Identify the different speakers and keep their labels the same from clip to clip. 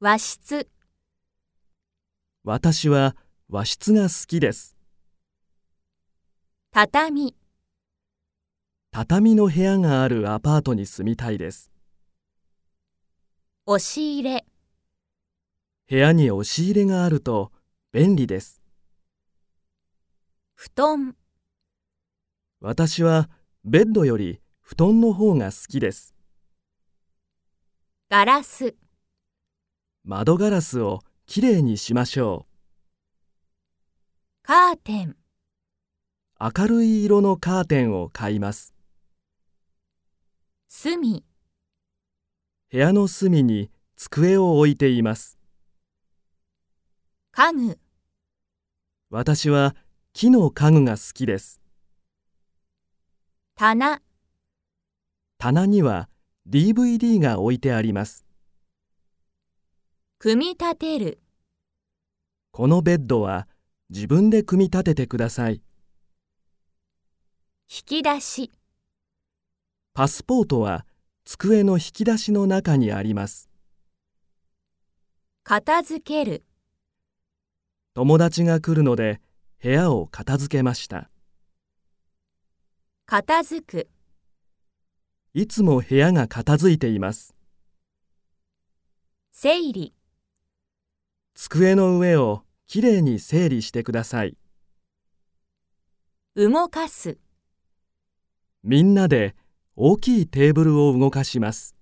Speaker 1: 和室、
Speaker 2: 私は和室が好きです。
Speaker 1: 畳、
Speaker 2: 畳の部屋があるアパートに住みたいです。
Speaker 1: 押し入れ、
Speaker 2: 部屋に押し入れがあると便利です。
Speaker 1: 布団、
Speaker 2: 私はベッドより布団の方が好きです。
Speaker 1: ガラス、
Speaker 2: 窓ガラスをきれいにしましょ
Speaker 1: カーテン、
Speaker 2: う。明るい色のカーテンを買います。
Speaker 1: 隅、
Speaker 2: 部屋の隅に机を置いています。
Speaker 1: 家具、
Speaker 2: 私は木の家具が好きです。
Speaker 1: 棚、
Speaker 2: 棚には DVD が置いてあります。
Speaker 1: 組み立てる、
Speaker 2: このベッドは自分で組み立ててください。
Speaker 1: 引き出し、
Speaker 2: パスポートは机の引き出しの中にあります。
Speaker 1: 片付ける、
Speaker 2: 友達が来るので部屋を片付けました。
Speaker 1: 片付く、
Speaker 2: いつも部屋が片付いています。
Speaker 1: 整理、
Speaker 2: 机の上をきれいに整理してください。
Speaker 1: 動かす、
Speaker 2: みんなで大きいテーブルを動かします。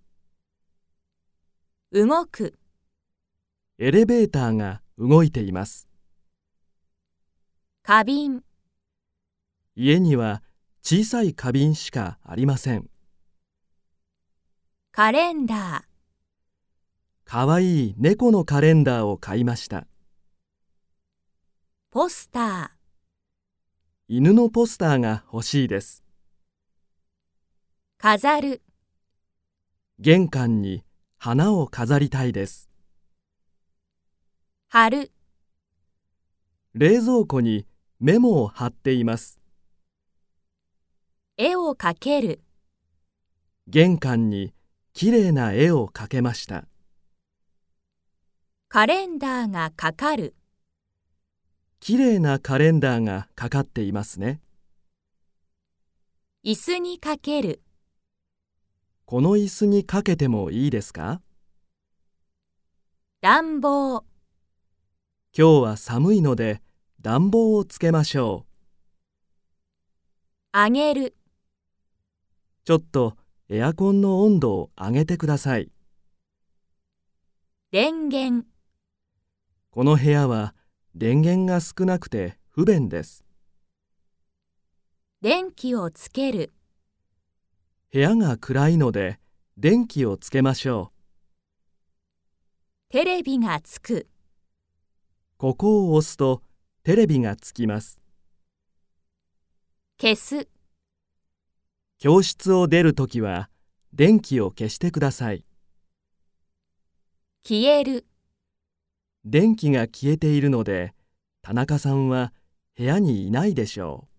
Speaker 1: 動く、
Speaker 2: エレベーターが動いています。
Speaker 1: 花瓶、
Speaker 2: 家には小さい花瓶しかありません。
Speaker 1: カレンダー、
Speaker 2: かわいい猫のカレンダーを買いました。
Speaker 1: ポスター、
Speaker 2: 犬のポスターが欲しいです。
Speaker 1: 飾る、
Speaker 2: 玄関に花を飾りたいです。
Speaker 1: 貼る、
Speaker 2: 冷蔵庫にメモを貼っています。
Speaker 1: 絵を描ける、
Speaker 2: 玄関にきれいな絵を描けました。
Speaker 1: カレンダーがかかる、
Speaker 2: きれいなカレンダーがかかっていますね。
Speaker 1: 椅子にかける、
Speaker 2: この椅子にかけてもいいですか
Speaker 1: 暖房、
Speaker 2: 今日は寒いので暖房をつけましょう。
Speaker 1: あげる、
Speaker 2: ちょっとエアコンの温度を上げてください。
Speaker 1: 電源、
Speaker 2: この部屋は電源が少なくて不便です。
Speaker 1: 電気をつける、
Speaker 2: 部屋が暗いので電気をつけましょう。
Speaker 1: テレビがつく、
Speaker 2: ここを押すとテレビがつきます。
Speaker 1: 消す、
Speaker 2: 教室を出るときは電気を消してください。
Speaker 1: 消える、
Speaker 2: 電気が消えているので田中さんは部屋にいないでしょう。